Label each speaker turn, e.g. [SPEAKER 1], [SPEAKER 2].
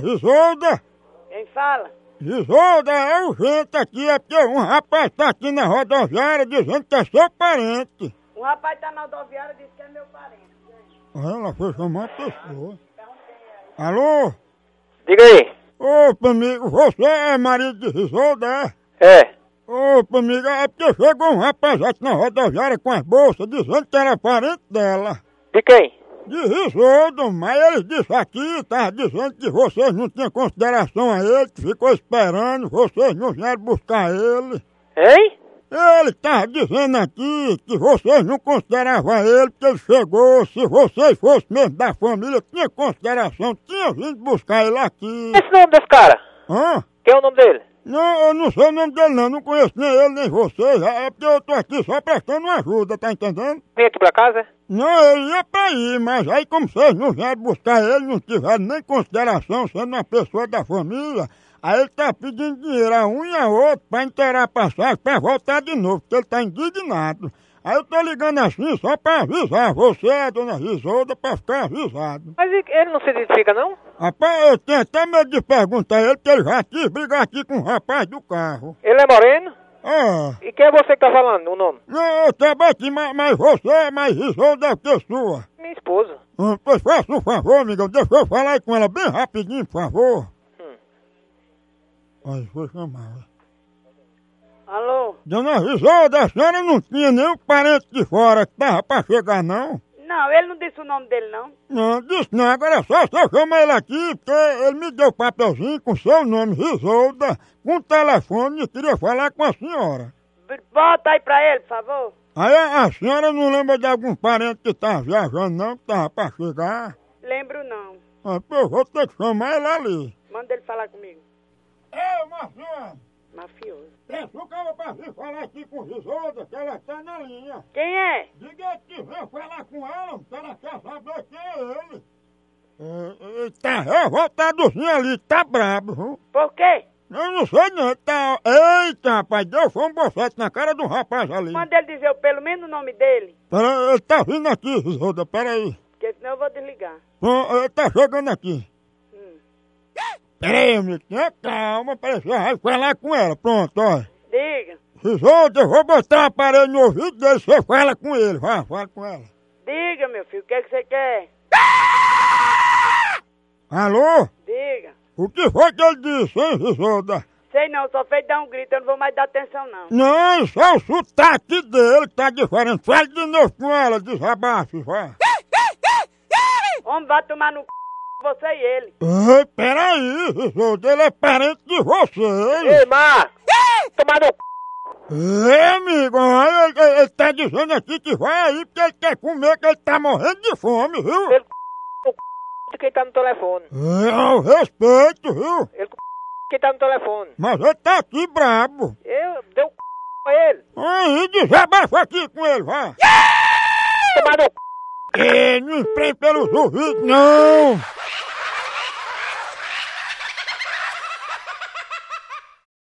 [SPEAKER 1] Risolda!
[SPEAKER 2] Quem fala?
[SPEAKER 1] Risolda, é urgente aqui, é porque um rapaz tá aqui na rodoviária dizendo que é seu parente.
[SPEAKER 2] O rapaz tá na rodoviária e disse que é meu parente.
[SPEAKER 1] Ela foi chamar a pessoa. Alô?
[SPEAKER 3] Diga aí.
[SPEAKER 1] Opa, amigo, você é marido de Risolda, é?
[SPEAKER 3] É.
[SPEAKER 1] Opa, amiga, é porque chegou um rapazote na rodoviária com as bolsas dizendo que era parente dela.
[SPEAKER 3] De quem?
[SPEAKER 1] De Risoldo, mas ele disse aqui, tava dizendo que vocês não tinham consideração a ele, que ficou esperando, vocês não vieram buscar ele.
[SPEAKER 3] Hein?
[SPEAKER 1] Ele tava dizendo aqui que vocês não consideravam ele, porque ele chegou, se vocês fossem mesmo da família, tinha consideração, tinha vindo buscar ele aqui.
[SPEAKER 3] Esse nome desse cara?
[SPEAKER 1] Hã?
[SPEAKER 3] Quem é o nome dele?
[SPEAKER 1] Não, eu não sei o nome dele não, não conheço nem ele, nem vocês, é porque eu tô aqui só prestando ajuda, tá entendendo?
[SPEAKER 3] Vem aqui pra casa?
[SPEAKER 1] Não, ele ia pra aí, mas aí como vocês não vieram buscar ele, não tiveram nem consideração, sendo uma pessoa da família, aí ele tá pedindo dinheiro a um e a outro pra inteirar a passagem, pra voltar de novo, porque ele tá indignado. Aí eu tô ligando assim só pra avisar você, dona Risolda, pra ficar avisado.
[SPEAKER 3] Mas e- ele não se identifica, não?
[SPEAKER 1] Rapaz, eu tenho até medo de perguntar a ele, que ele já quis brigar aqui com o rapaz do carro.
[SPEAKER 3] Ele é moreno?
[SPEAKER 1] Ah...
[SPEAKER 3] E quem é você que tá falando o nome?
[SPEAKER 1] Não, eu trabalho aqui, mas, mas você é mais risonda que a sua.
[SPEAKER 3] Minha esposa.
[SPEAKER 1] Hum, Pois faça um favor, amigão, deixa eu falar aí com ela bem rapidinho, por favor.
[SPEAKER 3] Hum.
[SPEAKER 1] Aí foi chamar.
[SPEAKER 2] Alô?
[SPEAKER 1] Dona Risolda, a senhora não tinha nenhum parente de fora que tava pra chegar, não?
[SPEAKER 2] Não, ele não disse o nome dele, não.
[SPEAKER 1] Não, disse não, agora é só se eu chamar ele aqui, porque ele me deu papelzinho com seu nome, Risolda, com um telefone e queria falar com a senhora.
[SPEAKER 2] B- Bota aí pra ele, por favor.
[SPEAKER 1] Aí a, a senhora não lembra de algum parente que tava viajando, não, que tava pra chegar?
[SPEAKER 2] Lembro não.
[SPEAKER 1] Ah, pô, eu vou ter que chamar ele ali.
[SPEAKER 2] Manda ele falar comigo.
[SPEAKER 1] Ei, Marciano,
[SPEAKER 2] Mafioso.
[SPEAKER 1] deixa o cara pra vir falar aqui com o Risolda, que ela tá na linha.
[SPEAKER 2] Quem é?
[SPEAKER 1] Diga ele que vem falar com ela, que ela quer saber quem é ele. É, é, tá revoltadozinho ali, tá brabo, viu?
[SPEAKER 2] Por quê?
[SPEAKER 1] Eu não sei não, tá... Eita, rapaz, deu foi um bofete na cara do rapaz ali.
[SPEAKER 2] Manda ele dizer pelo menos o nome dele,
[SPEAKER 1] Pera, ele tá vindo aqui, Risolda, peraí.
[SPEAKER 2] porque senão eu vou desligar.
[SPEAKER 1] Bom, ele tá chegando aqui.
[SPEAKER 2] Hum.
[SPEAKER 1] Peraí, amigo, tenha calma, peraí, você vai falar com ela, pronto, ó.
[SPEAKER 2] Diga,
[SPEAKER 1] Risolda, eu vou botar um aparelho no ouvido dele, você fala com ele, vai, fala com ela.
[SPEAKER 2] diga, meu filho, o que, é que você quer?
[SPEAKER 1] Alô?
[SPEAKER 2] Diga.
[SPEAKER 1] O que foi que ele disse, hein, Risolda?
[SPEAKER 2] Sei não, só fez dar um grito, eu não vou mais dar atenção, não.
[SPEAKER 1] Não, só o sotaque dele que tá diferente. Fale de novo com ela, desabafe, vai.
[SPEAKER 2] Homem, vai tomar no c... você e ele.
[SPEAKER 1] Ei, peraí, Risolda, ele é parente de vocês.
[SPEAKER 3] Ei, Marcos! Tomar no c...
[SPEAKER 1] Ei, amigo, olha, ele, ele, ele tá dizendo aqui que vai aí porque ele quer comer, que ele tá morrendo de fome, viu?
[SPEAKER 3] Ele c... no c... de quem tá no telefone.
[SPEAKER 1] É, ao respeito, viu?
[SPEAKER 3] Ele c... de quem tá no telefone.
[SPEAKER 1] Mas ele tá aqui brabo.
[SPEAKER 3] Eu dei o c... a ele.
[SPEAKER 1] Aí, desabafa aqui com ele, vai.
[SPEAKER 3] Tomar no c...
[SPEAKER 1] Ei, não emprem pelos ouvidos, não!